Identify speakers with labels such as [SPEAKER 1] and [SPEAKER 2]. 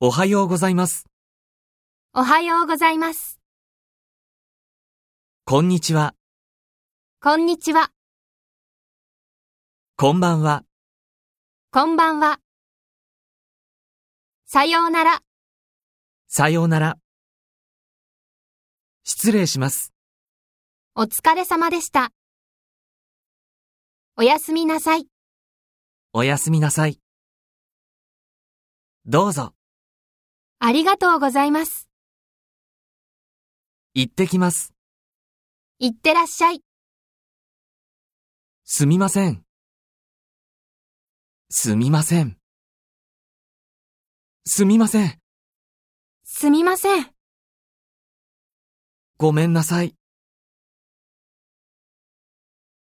[SPEAKER 1] おはようございます。
[SPEAKER 2] おはようございます。
[SPEAKER 1] こんにちは。
[SPEAKER 2] こんにちは。
[SPEAKER 1] こんばんは。
[SPEAKER 2] こんばんは。さようなら。
[SPEAKER 1] さようなら。失礼します。
[SPEAKER 2] お疲れ様でした。おやすみなさい。
[SPEAKER 1] おやすみなさい。どうぞ、
[SPEAKER 2] ありがとうございます。
[SPEAKER 1] 行ってきます。
[SPEAKER 2] いってらっしゃい。
[SPEAKER 1] すみません。すみません。すみません。
[SPEAKER 2] すみません。
[SPEAKER 1] ごめんなさい。